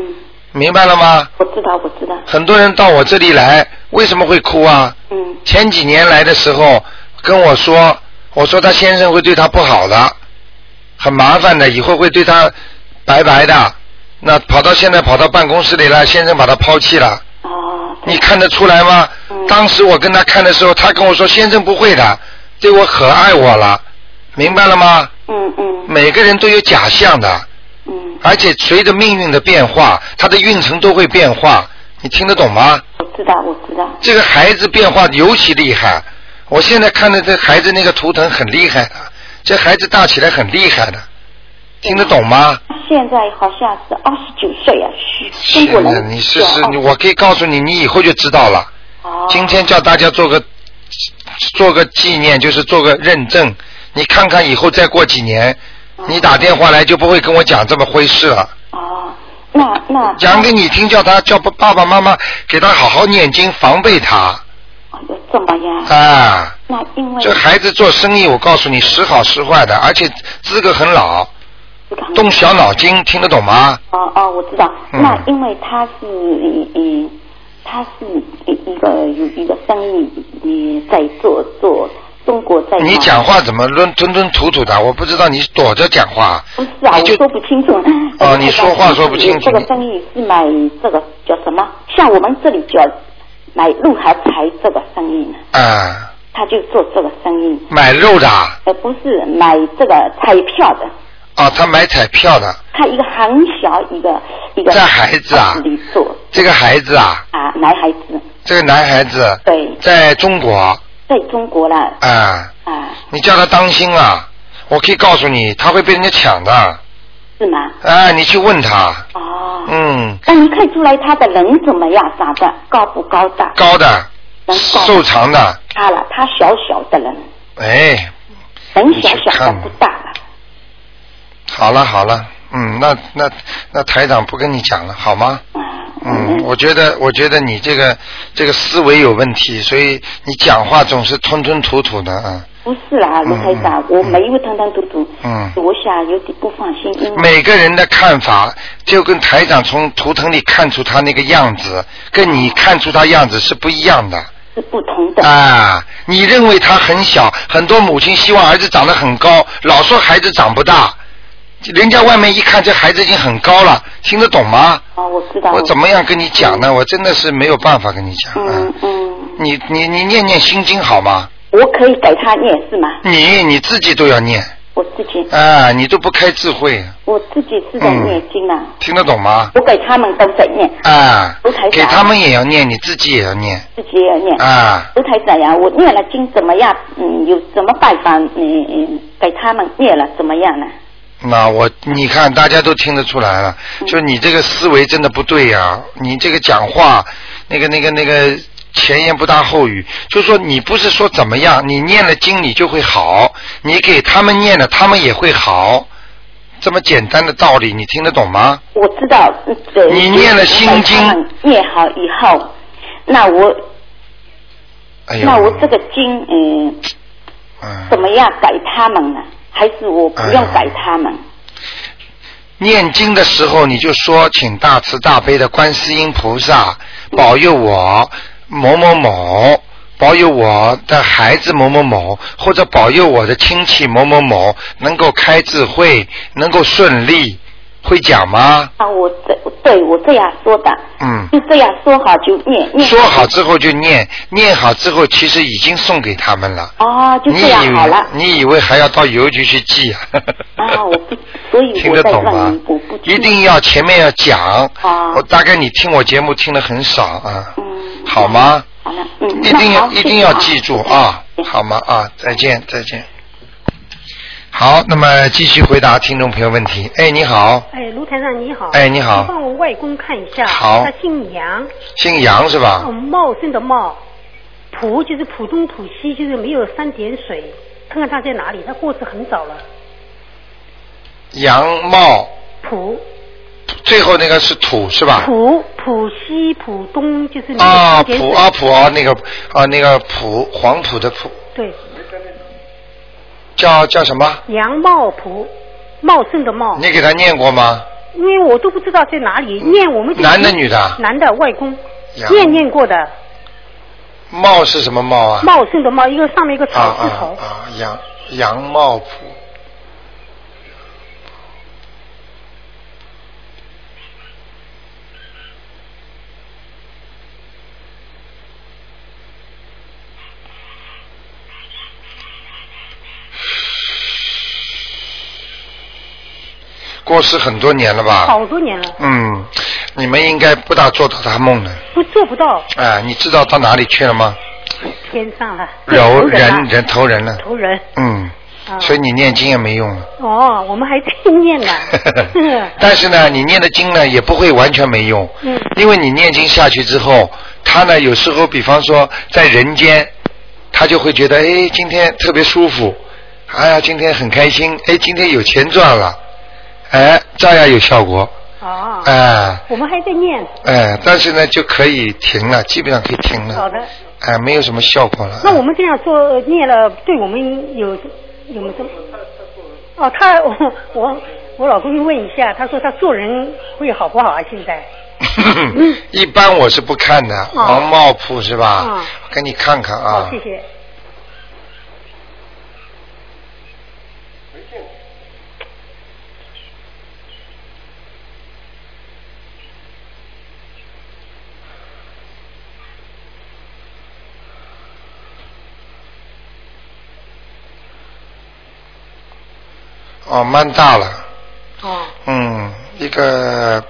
明白了吗？我知道，我知道，很多人到我这里来，为什么会哭啊？嗯。前几年来的时候跟我说，我说他先生会对他不好的，很麻烦的，以后会对他白白的。那跑到现在跑到办公室里来，先生把他抛弃了。哦你看得出来吗？当时我跟他看的时候，他跟我说先生不会的，对我可爱我了，明白了吗？嗯嗯。每个人都有假象的。嗯。而且随着命运的变化，他的运程都会变化，你听得懂吗？我知道，我知道，这个孩子变化尤其厉害。我现在看的这孩子那个图腾很厉害的，这孩子大起来很厉害的，听得懂吗？现在好像是二十九岁啊，是现中国在人。你试试，你我可以告诉你，你以后就知道了。哦今天叫大家做个做个纪念，就是做个认证。你看看以后再过几年，你打电话来就不会跟我讲这么回事了。哦那那讲给你听，叫他叫爸爸爸妈妈给他好好念经，防备他。怎么样？啊，那因为这孩子做生意，我告诉你，时好时坏的，而且资格很老，动小脑筋，听得懂吗？哦哦，我知道。嗯那因为他是嗯嗯，他是一一个有一个生意你在做做中国在忙你讲话怎么吞吞吞吐吐的？我不知道你躲着讲话。不是啊，我说不清楚。 哦你说话说不清楚这个生意是买这个叫什么？像我们这里叫买鹿晗柴这个生意呢，啊，他就做这个生意。买肉的啊，呃，不是买这个彩票的，啊他买彩票的，他一个很小一个一个这孩子啊，这个孩子啊，啊男孩子，这个男孩子，对，在中国在中国啦，啊，你叫他当心啊！我可以告诉你，他会被人家抢的。是吗？啊，你去问他。哦。嗯，那你看出来他的人怎么样，长得高不高大？高的，人高瘦长的，大了，他小小的人，哎，人小小看的不大了。啊好了好了，嗯，那那那台长不跟你讲了，好吗？嗯，我觉得，我觉得你这个这个思维有问题，所以你讲话总是吞吞吐吐的啊。不是啦，卢台长，我没有吞吞吐吐，嗯，我想有点不放心，因为每个人的看法，就跟台长从图腾里看出他那个样子，跟你看出他样子是不一样的。是不同的。啊，你认为他很小，很多母亲希望儿子长得很高，老说孩子长不大，人家外面一看这孩子已经很高了，听得懂嗯吗？哦，我知道。我怎么样跟你讲呢？我真的是没有办法跟你讲。啊嗯嗯，你你你念念心经好吗？我可以给他念是吗？你你自己都要念我自己，啊，你都不开智慧，我自己是在念经啦，听得懂吗？我给他们都在念，啊卢台，长给他们也要念，你自己也要 念自己也要念。啊。卢台长呀，我念了经怎么样？嗯，有什么办法？嗯嗯，给他们念了怎么样呢？那我你看，大家都听得出来了，嗯就你这个思维真的不对呀、你这个讲话，那个那个那个前言不搭后语，就说你不是说怎么样，你念了经你就会好，你给他们念了，他们也会好，这么简单的道理，你听得懂吗？我知道，嗯对你念了心经，我给他们念好以后，那我、哎呦，那我这个经嗯嗯怎么样给他们呢？还是我不用哎给他们？念经的时候，你就说，请大慈大悲的观世音菩萨保佑我某某某，保佑我的孩子某某某，或者保佑我的亲戚某某某能够开智慧，能够顺利，会讲吗？啊，我这对我这样说的，嗯，就这样说好就念念说好之后就念，念好之后其实已经送给他们了。哦，就你这以样好为了你以为还要到邮局去寄啊？啊！我不，所以 听我得在懂吗问你，我不一定要前面要讲。啊我大概你听我节目听的很少啊，嗯好吗？好了，嗯，一那定要好一定要谢记谢住啊，好吗？啊，再见再见。好，那么继续回答听众朋友问题。哎，你好，哎，卢台长你好。哎你好你帮我外公看一下。好他姓杨，姓杨是吧哦，？茂盛的茂，浦就是浦东浦西，就是没有三点水。看看他在哪里？他过世很早了。杨茂，浦最后那个是土是吧？浦浦西浦东就是没有啊，三点普水。啊普啊，那个啊那个普黄浦的浦，对，叫叫什么？杨茂浦，茂盛的哦茂。你给他念过吗？因为我都不知道在哪里念，我们就男的女的嗯啊男的外公杨念念过啊的，茂是什么茂啊？茂盛的茂，一个上面一个啊草字头。啊啊！杨杨茂普，过世很多年了吧？好多年了，嗯，你们应该不大做到他梦的。不做不到哎，你知道到哪里去了吗？天上啊了，人人人人投人了。投人嗯，啊！所以你念经也没用了。，哦，我们还在念呢嗯 但是呢，你念的经呢也不会完全没用，嗯因为你念经下去之后，他呢有时候，比方说在人间，他就会觉得，哎，今天特别舒服，哎呀，今天很开心，哎，今天有钱赚了，哎，照样有效果，哦，哎我们还在念，哎，但是呢就可以停了，基本上可以停好了，的。哎，没有什么效果了。那我们这样做呃念了，对我们有有没有什么？哦，他我我我老公就问一下，他说他做人会好不好啊？现在 一般我是不看的，王茂普是吧？嗯给你看看啊好，，哦谢谢。哦，蛮大了，哦，嗯，一个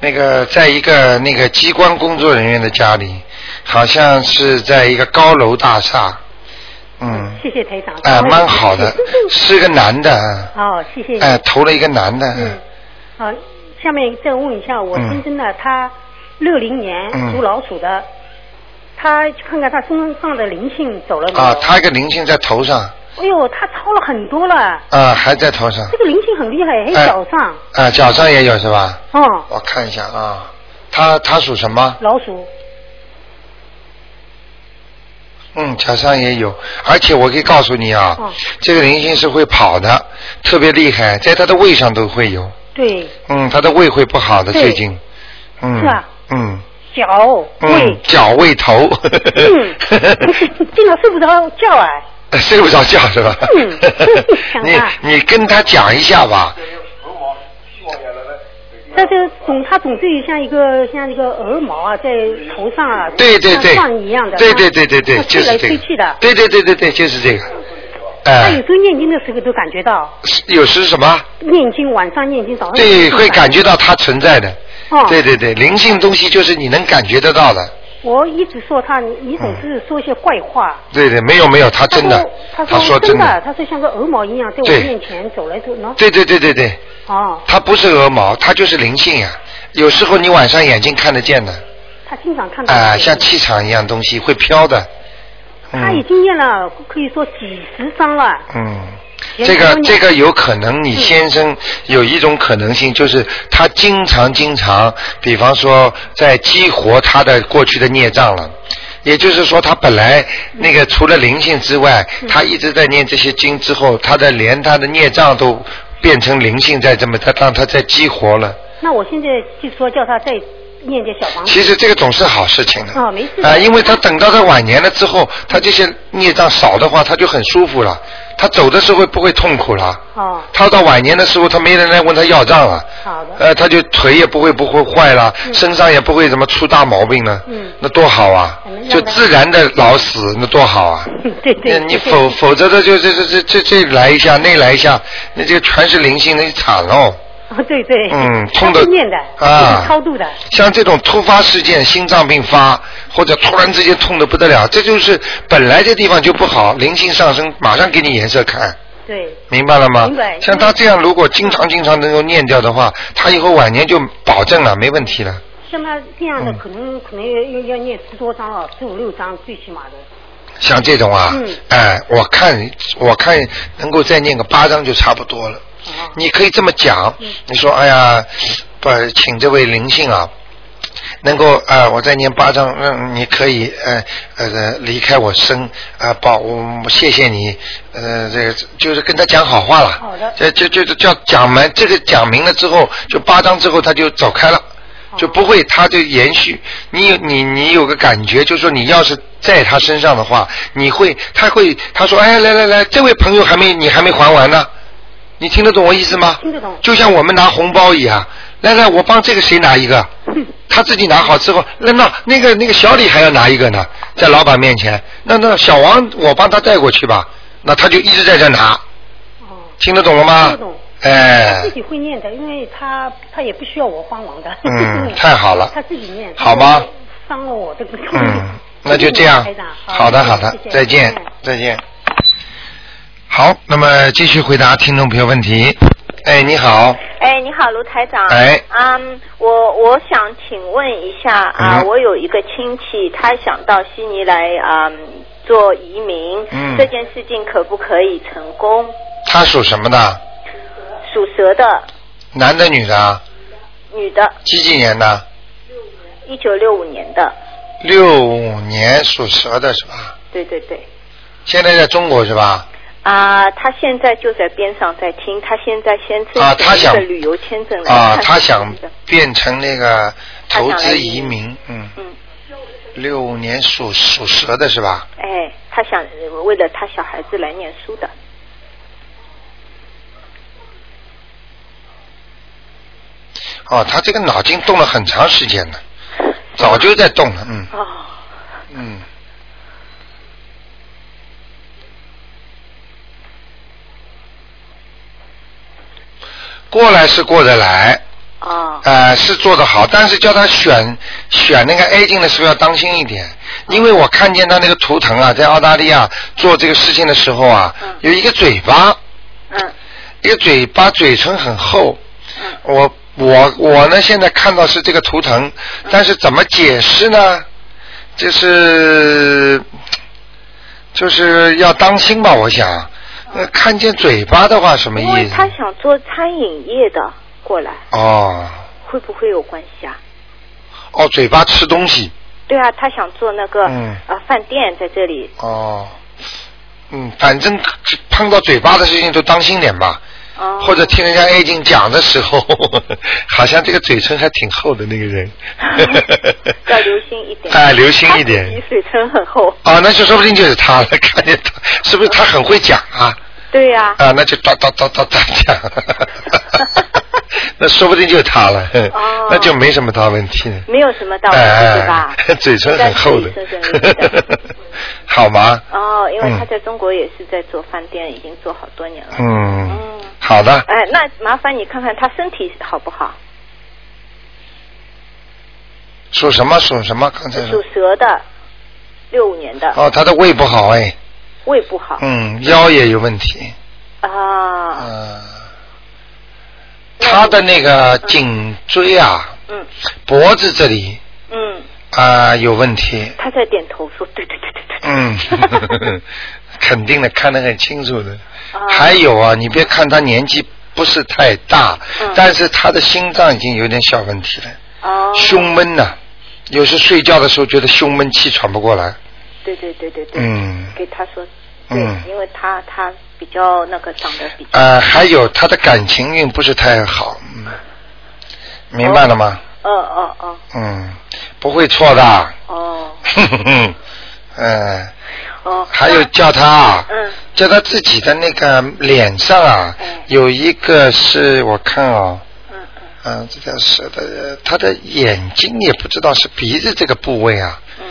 那个，在一个那个机关工作人员的家里，好像是在一个高楼大厦，嗯，谢谢台长。哎、蛮好的，是个男的， 哦，谢谢你。哎、投了一个男的，嗯，好，下面再问一下我嗯先生呢，他六零年嗯属老鼠的，他看看他身上的灵性走了没有？啊，他一个灵性在头上，哎呦，他超了很多了，啊，还在头上这，个灵性很厉害，哎还有脚上，啊，脚上也有是吧？哦，我看一下啊，他他属什么？老鼠，嗯，脚上也有，而且我可以告诉你啊，哦这个灵性是会跑的，特别厉害，在他的胃上都会有。对，嗯，他的胃会不好的对最近。嗯。是啊嗯。脚、嗯胃，，脚胃头，嗯， 不是，经常睡不着觉 哎，睡不着觉是吧？ 嗯想啊你你跟他讲一下吧，但是总它总是像一个像一个鹅毛啊，在头上啊，对对对，像放一样的，对对对对对，它就吹是来这吹个啊去的，，对对对对对，就是这个，他哎、有时候念经的时候都感觉到，是有时什么，念经晚上念经，早上对，会感觉觉，到它存在的，哦，对对对，灵性东西就是你能感觉得到的，我一直说他，你你总是说一些怪话。对对，没有没有，他真的，他嗯他说真的，的，他说像个鹅毛一样在对我面前走来走呢。对对对对对，哦，他不是鹅毛，他就是灵性呀、有时候你晚上眼睛看得见的，他经常看到。啊、像气场一样东西会飘的，他已嗯经念了，可以说几十章了。嗯。人这个都念这个有可能，你先嗯生有一种可能性，就是他经常经常，比方说在激活他的过去的孽障了。也就是说，他本来那嗯个除了灵性之外，他一直在念这些经之后，他的连他的孽障都变成灵性在这么，他让他在激活了。那我现在就说叫他再念点小房子。其实这个总是好事情的。哦没事的啊，因为他等到他晚年了之后，他这些孽障少的话，他就很舒服了。他走的时候不会痛苦了。哦，他到晚年的时候，他没人来问他要账了。好的呃，他就腿也不会不会坏了，身上也不会怎么出大毛病了。嗯那多好啊反正！让就他自然的老死，那多好啊！对对。 那你对否否则的就这这这这这来一下，那来一下，那这个全是灵性，那就惨喽。 哦对对。嗯他冲着是念的，啊就是超度的。像这种突发事件，心脏病发或者突然之间痛得不得了，这就是本来这地方就不好，灵性上升，马上给你颜色看，对，明白了吗？明白像他这样，如果经常经常能够念掉的话，他以后晚年就保证了，没问题了。像他这样的嗯可能可能要要要念十多章了，十五六章最起码的。像这种啊，嗯哎，我看我看能够再念个八章就差不多了。啊。嗯你可以这么讲，你说哎呀，不，请这位灵性啊，能够啊、呃我再念八章，让你可以呃呃离开我身啊、呃保我谢谢你，呃，这个就是跟他讲好话了。好的这就就就叫讲明这个讲明了之后，就八章之后他就走开了。就不会，他就延续。你有你你有个感觉，就是说你要是在他身上的话，你会他会他说哎来来来，这位朋友还没你还没还完呢，你听得懂我意思吗？听得懂就像我们拿红包一样，来来，我帮这个谁拿一 个嗯，他自己拿好之后，那那那个那个小李还要拿一个呢，在老板面前，那那小王我帮他带过去吧，那他就一直在这拿，哦。听得懂了吗？听得懂啊哎他自，己会念的，因为他他也不需要我帮忙的。 嗯太好了他自己念。好吗？伤了我这个。嗯， 那就这 样谢谢你台长。好的，好的谢，谢再见嗯，再见。好，那么继续回答听众朋友问题。哎，你好，哎，你好，卢台长。哎嗯，我我想请问一下啊、嗯我有一个亲戚，他想到悉尼来啊、嗯做移民、嗯这件事情可不可以成功？他属什么的？属蛇的男的女的啊？女的，几几年的？一九六五年的，六五年属蛇的是吧？对对对。现在在中国是吧？啊，他现在就在边上在听，他现在先申啊，他请一想个旅游签证来啊，看他是不想是的变成那个他投想来资移移民民，嗯，嗯，六五年属属蛇的是吧？哎，他想为了他小孩子来念书的，哦，他这个脑筋动了很长时间了，早就在动了，嗯。哦，嗯，过来是过得来，哦，呃，是做得好，但是叫他选选那个 A 进的时候要当心一点，哦因为我看见他那个图腾啊，在澳大利亚做这个事情的时候啊，嗯有一个嘴巴，嗯一个嘴巴嘴唇很厚，我我我呢现在看到是这个图腾，嗯但是怎么解释呢？就是就是要当心吧，我想。呃，看见嘴巴的话什么嗯因为意思？他想做餐饮业的，过来哦会不会有关系啊？哦，嘴巴吃东西，对啊，他想做那个、嗯呃饭店在这里。哦，嗯，反正碰到嘴巴的事情就当心点吧。哦或者听人家 A 经讲的时候， 好像这个嘴唇还挺厚的那个人， 要留心一点。 哎，留心一他自点己。水唇很厚。哦，那就说不定就是他了， 看见他是不是他很会讲啊？对呀、啊，那就哒哒哒哒哒讲， 那说不定就是他了，哦那就没什么大问题了。没有什么道理，对吧哎？哎，嘴唇很厚的但是嘴唇很厚的， 好吗？哦，因为他嗯在中国也是在做饭店，已经做好多年了。嗯，嗯。好的，哎，那麻烦你看看他身体好不好？属什么属什么？刚才属说蛇的，六五年的，哦，他的胃不好哎，胃不好嗯，腰也有问题，啊，嗯，他的那个颈椎啊，嗯脖子这里嗯，啊、有问题，他在点头说对对对对对对，嗯， 肯定的，看得很清楚的。啊还有啊，你别看他年纪不是太大，嗯但是他的心脏已经有点小问题了，哦，胸闷呐、有时睡觉的时候觉得胸闷气喘不过来。对对对对对，嗯给他说，对，嗯，因为他他比较那个长得比较，呃，还有他的感情运不是太好，嗯，明白了吗？哦哦哦嗯，不会错的， 哦哼哼哼，嗯。哦，还有叫他啊，嗯叫他自己的那个脸上啊，哎有一个是我看啊、嗯嗯嗯、这条蛇的，他的眼睛也不知道是鼻子这个部位啊，嗯，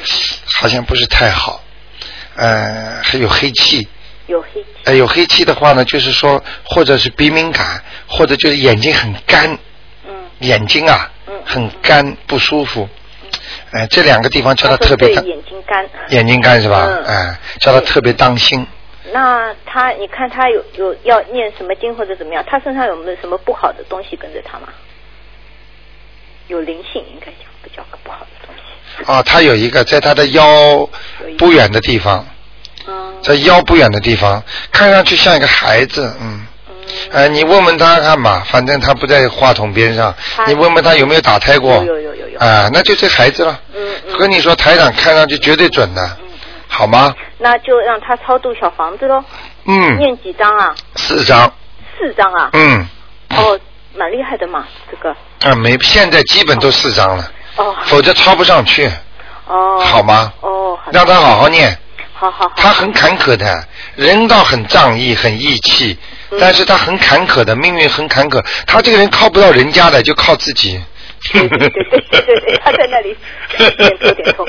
好像不是太好，呃，还有黑气，有黑气，呃，有黑气的话呢，就是说或者是鼻敏感，或者就是眼睛很干，嗯眼睛啊嗯很干不舒服，呃，这两个地方叫他说特别对当眼睛干，啊眼睛干是吧？嗯哎、叫他特别当心。那他你看他有有要念什么经或者怎么样，他身上有没有什么不好的东西跟着他吗？有灵性应该讲不叫个不好的东西，啊，他有一个在他的腰不远的地方，嗯在腰不远的地方，看上去像一个孩子，嗯，嗯，哎，你问问他看吧，反正他不在话筒边上他，你问问他有没有打胎过，有有有有有啊，那就这孩子了，嗯嗯和你说台长看上去绝对准的，好吗？那就让他超度小房子喽，嗯，念几张啊？四张，四张啊？嗯，哦，蛮厉害的嘛，这个啊，没，现在基本都四张了，哦否则超不上去，哦，好吗？哦，好的，让他好好念，好好好，他很坎坷的，人倒很仗义，很义气，但是他很坎坷的，命运很坎坷。他这个人靠不到人家的，就靠自己。对对对对对对他在那里点头点头。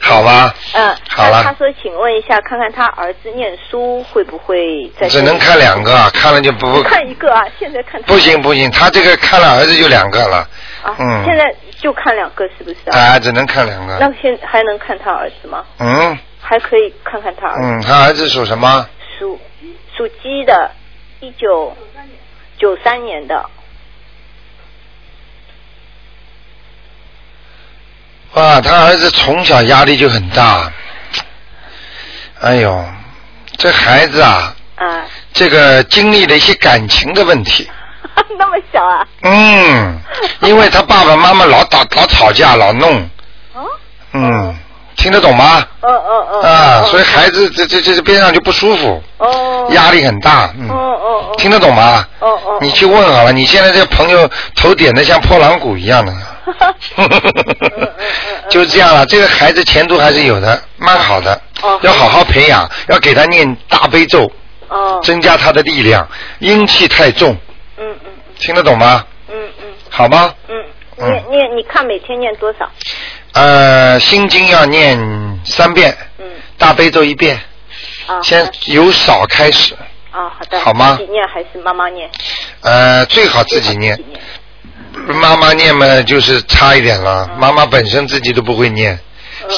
好吧，嗯，好那他了，说，请问一下，看看他儿子念书会不会在只能看两个，看了就不我看一个啊，现在看他不行不行，他这个看了儿子就两个了，啊，嗯现在就看两个是不是啊？啊，只能看两那个。现还能看他儿子吗？嗯还可以看看他儿子嗯，他儿子属什么？属属鸡的，一九九三年的，哇，啊他儿子从小压力就很大。哎呦，这孩子啊，啊，这个经历了一些感情的问题。 那么小啊？嗯，因为他爸爸妈妈老打老吵架，老弄。哦，嗯，听得懂吗？哦哦哦，啊，哦所以孩子这这这这边上就不舒服，哦，压力很大。哦嗯，哦哦，听得懂吗？哦哦，你去问好了，你现在这个朋友头点的像拨浪鼓一样的。嗯就这样了，这个孩子前途还是有的，蛮好的哦，要好好培养，要给他念大悲咒，哦，增加他的力量。阴气太重，嗯嗯听得懂吗？嗯嗯好吗？嗯嗯，念念，你看每天念多少？呃，心经要念三遍，嗯大悲咒一遍，啊，先由少开始，啊，好的，好吗自己念还是妈妈念？呃，最好自己念自。己念。妈妈念嘛，就是差一点了，嗯妈妈本身自己都不会念，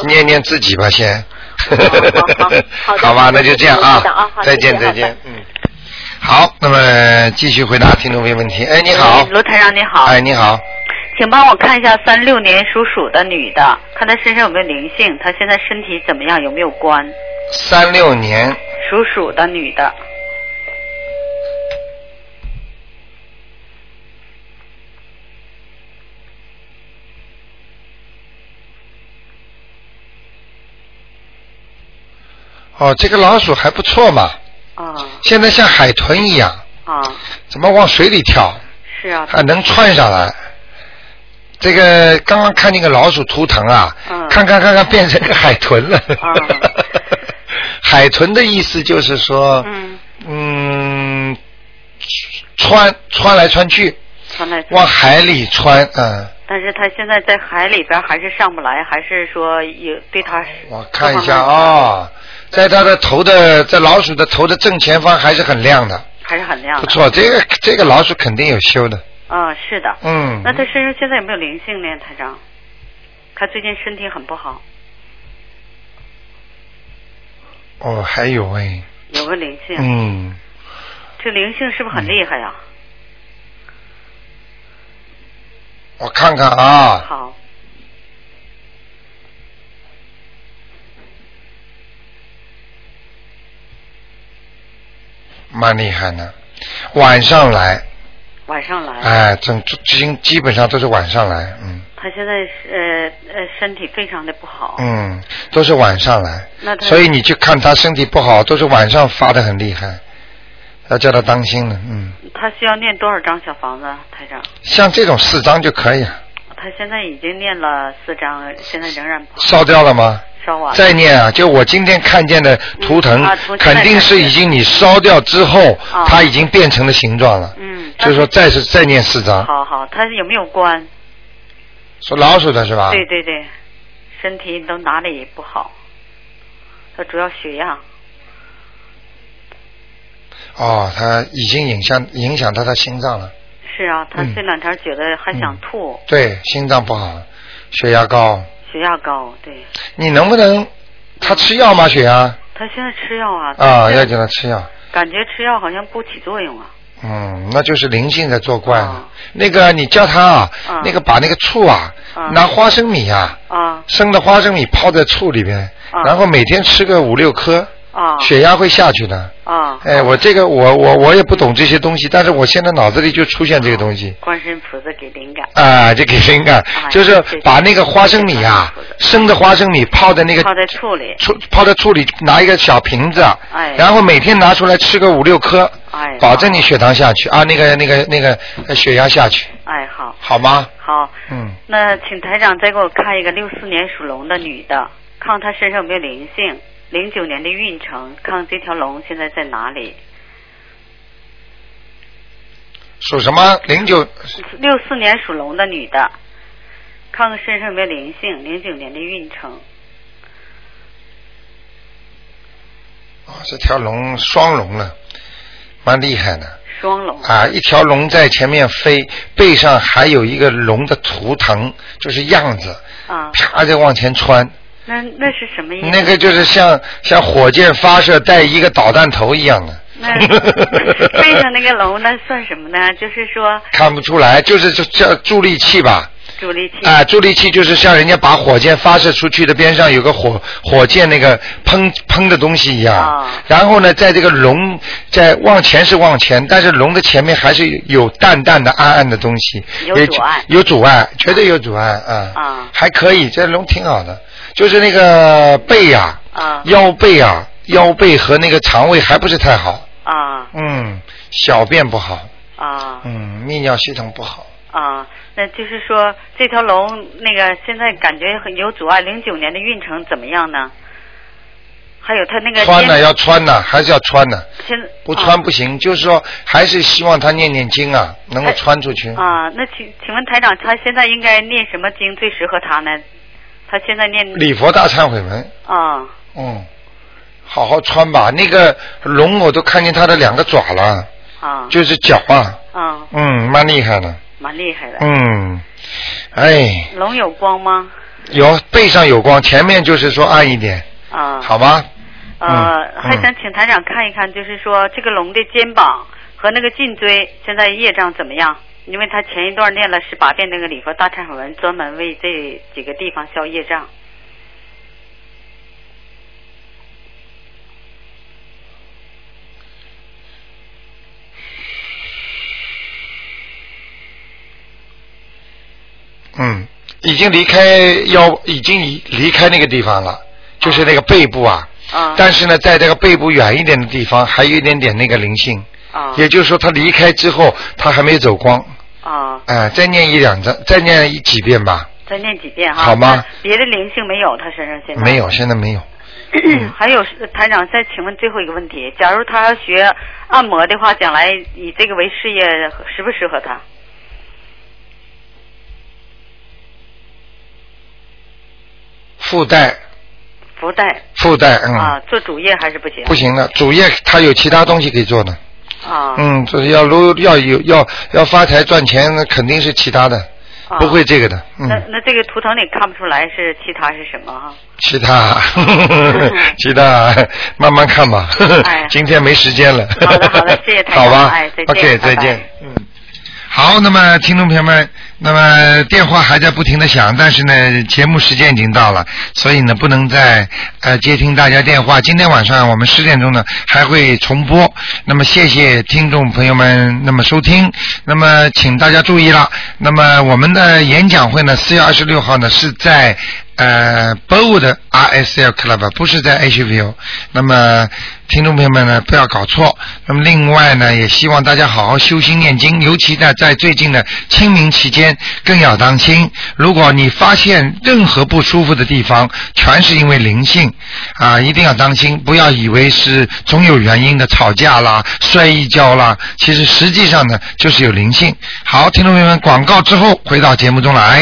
念念自己吧先。哦好好好 好吧，那就这样啊好的啊好，再见谢谢再见，嗯。好，那么继续回答听众朋友问题。哎，你嗯好哎，罗台长你好，哎，你好，请帮我看一下三六年属鼠的女的，啊看她身上有没有灵性，她现在身体怎么样，有没有关？三六年，属鼠的女的，哦，这个老鼠还不错嘛，啊现在像海豚一样，啊，怎么往水里跳，是啊，还能窜上来。这个刚刚看那个老鼠图腾啊，嗯看看看看变成个海豚了。啊 海豚的意思就是说，嗯，嗯，穿穿来穿去，穿来往海里穿，嗯，但是他现在在海里边还是上不来，还是说有对他我看一下啊、在它的头的，在老鼠的头的正前方还是很亮的，还是很亮的。不错，这个这个老鼠肯定有修的，啊、是的。嗯那他身上现在有没有灵性呢，台长？他最近身体很不好，哦，还有哎，有个灵性。。嗯，这灵性是不是很厉害呀、啊我看看啊，好。蛮厉害的，晚上来，晚上来。哎，整基基本上都是晚上来，嗯他现在是呃呃身体非常的不好。嗯，都是晚上来，哦那他所以你去看他身体不好，都是晚上发的很厉害，要叫他当心了，嗯，他需要念多少张小房子，台长？像这种四张就可以了，他现在已经念了四张，现在仍然不好。烧掉了吗？烧完了。再念啊，就我今天看见的图腾，嗯啊从现在肯定是已经你烧掉之后，啊它已经变成了形状了。嗯。就是说再是再念四张，好好，他有没有关？说老鼠的是吧？对对对，身体都哪里不好？他主要血压。哦，它已经影响影响到它心脏了，是啊，他嗯这两天觉得还想吐，对，心脏不好，血压高。血压高。对你能不能？他吃药吗？血压他现在吃药啊，啊，要给他吃药。感觉吃药好像不起作用啊。嗯，那就是灵性在作怪哦了。那个，你叫他啊，啊那个把那个醋啊，啊拿花生米啊，啊生的花生米泡在醋里边，啊然后每天吃个五六颗，啊血压会下去的。啊！哎，我这个我我我也不懂这些东西，但是我现在脑子里就出现这个东西观世音菩萨给灵感。啊，就给灵感，哎就是把那个花生米啊，生的花生米泡在那个泡在醋里，醋泡在醋里，拿一个小瓶子，啊哎然后每天拿出来吃个五六颗，哎，保证你血糖下去啊，那个那个那个呃血压下去，哎，好，好吗？好，嗯，那请台长再给我看一个六四年属龙的女的，看她身上有没有灵性。零九年的运程，看这条龙现在在哪里？属什么？零九六四年属龙的女的，看看身上有没有灵性。零九年的运程，哦，这条龙双龙了，蛮厉害的双龙啊！一条龙在前面飞，背上还有一个龙的图腾，就是样子，啊，啪就往前穿，那那是什么意思？那个就是像像火箭发射带一个导弹头一样的，那背上那个龙，那算什么呢？就是说 看不出来，就是就叫助力器吧。助力器啊，助力器就是像人家把火箭发射出去的边上有个火火箭那个砰砰的东西一样。啊然后呢，在这个龙在往前是往前，但是龙的前面还是有淡淡的暗暗的东西，有也阻碍有阻碍，绝对有阻碍啊。啊还可以，这龙挺好的，就是那个背呀、啊腰背啊、腰背和那个肠胃还不是太好，啊嗯，小便不好，啊嗯，泌尿系统不好。啊，那就是说这条龙那个现在感觉很有阻碍，零九年的运程怎么样呢？还有他那个穿肩呢要穿呢，还是要穿呢。现不穿啊不行，就是说还是希望他念念经啊，能够哎穿出去。啊，那请请问台长，他现在应该念什么经最适合他呢？他现在念礼佛大忏悔文，啊嗯，好好穿吧。那个龙我都看见它的两个爪了，啊就是脚啊，啊，嗯，蛮厉害的，蛮厉害的。嗯，哎，龙有光吗？有背上有光，前面就是说暗一点，啊，好吗？呃，嗯还想请台长看一看，就是说这个龙的肩膀和那个颈椎现在业障怎么样？因为他前一段念了十八遍那个礼佛大忏悔文，专门为这几个地方消业障。嗯，已经离开腰，已经离离开那个地方了，就是那个背部啊，啊但是呢，在这个背部远一点的地方还有一点点那个灵性，啊也就是说他离开之后他还没走光，啊！哎、再念一两张，再念一几遍吧，再念几遍哈。好吗？别的灵性没有，他身上现在没 有，现在没有，还有呃是台长，再请问最后一个问题：假如他要学按摩的话，将来以这个为事业，适不适合他？附带福袋、附带，嗯，啊，做主业还是不行？不行了，主业他有其他东西可以做的，啊嗯，就是要如要有要要发财赚钱，那肯定是其他的，啊！不会这个的，嗯。那那这个图腾里看不出来是其他是什么哈？其 他，其他，慢慢看吧。 今天没时间了。哎好的好的谢谢 台长好吧哎再见，OK，拜拜再见。嗯，好，那么听众朋友们，那么电话还在不停的响，但是呢，节目时间已经到了，所以呢，不能再呃接听大家电话。今天晚上我们十点钟呢还会重播。那么谢谢听众朋友们，那么收听，那么请大家注意了。那么我们的演讲会呢，四月二十六号呢是在。呃 b o d RSL Club 不是在 HVO，那么听众朋友们呢不要搞错。那么另外呢，也希望大家好好修心念经，尤其呢在最近的清明期间更要当心。如果你发现任何不舒服的地方，全是因为灵性啊，一定要当心，不要以为是总有原因的，吵架啦、摔一跤啦，其实实际上呢就是有灵性。好，听众朋友们，广告之后回到节目中来。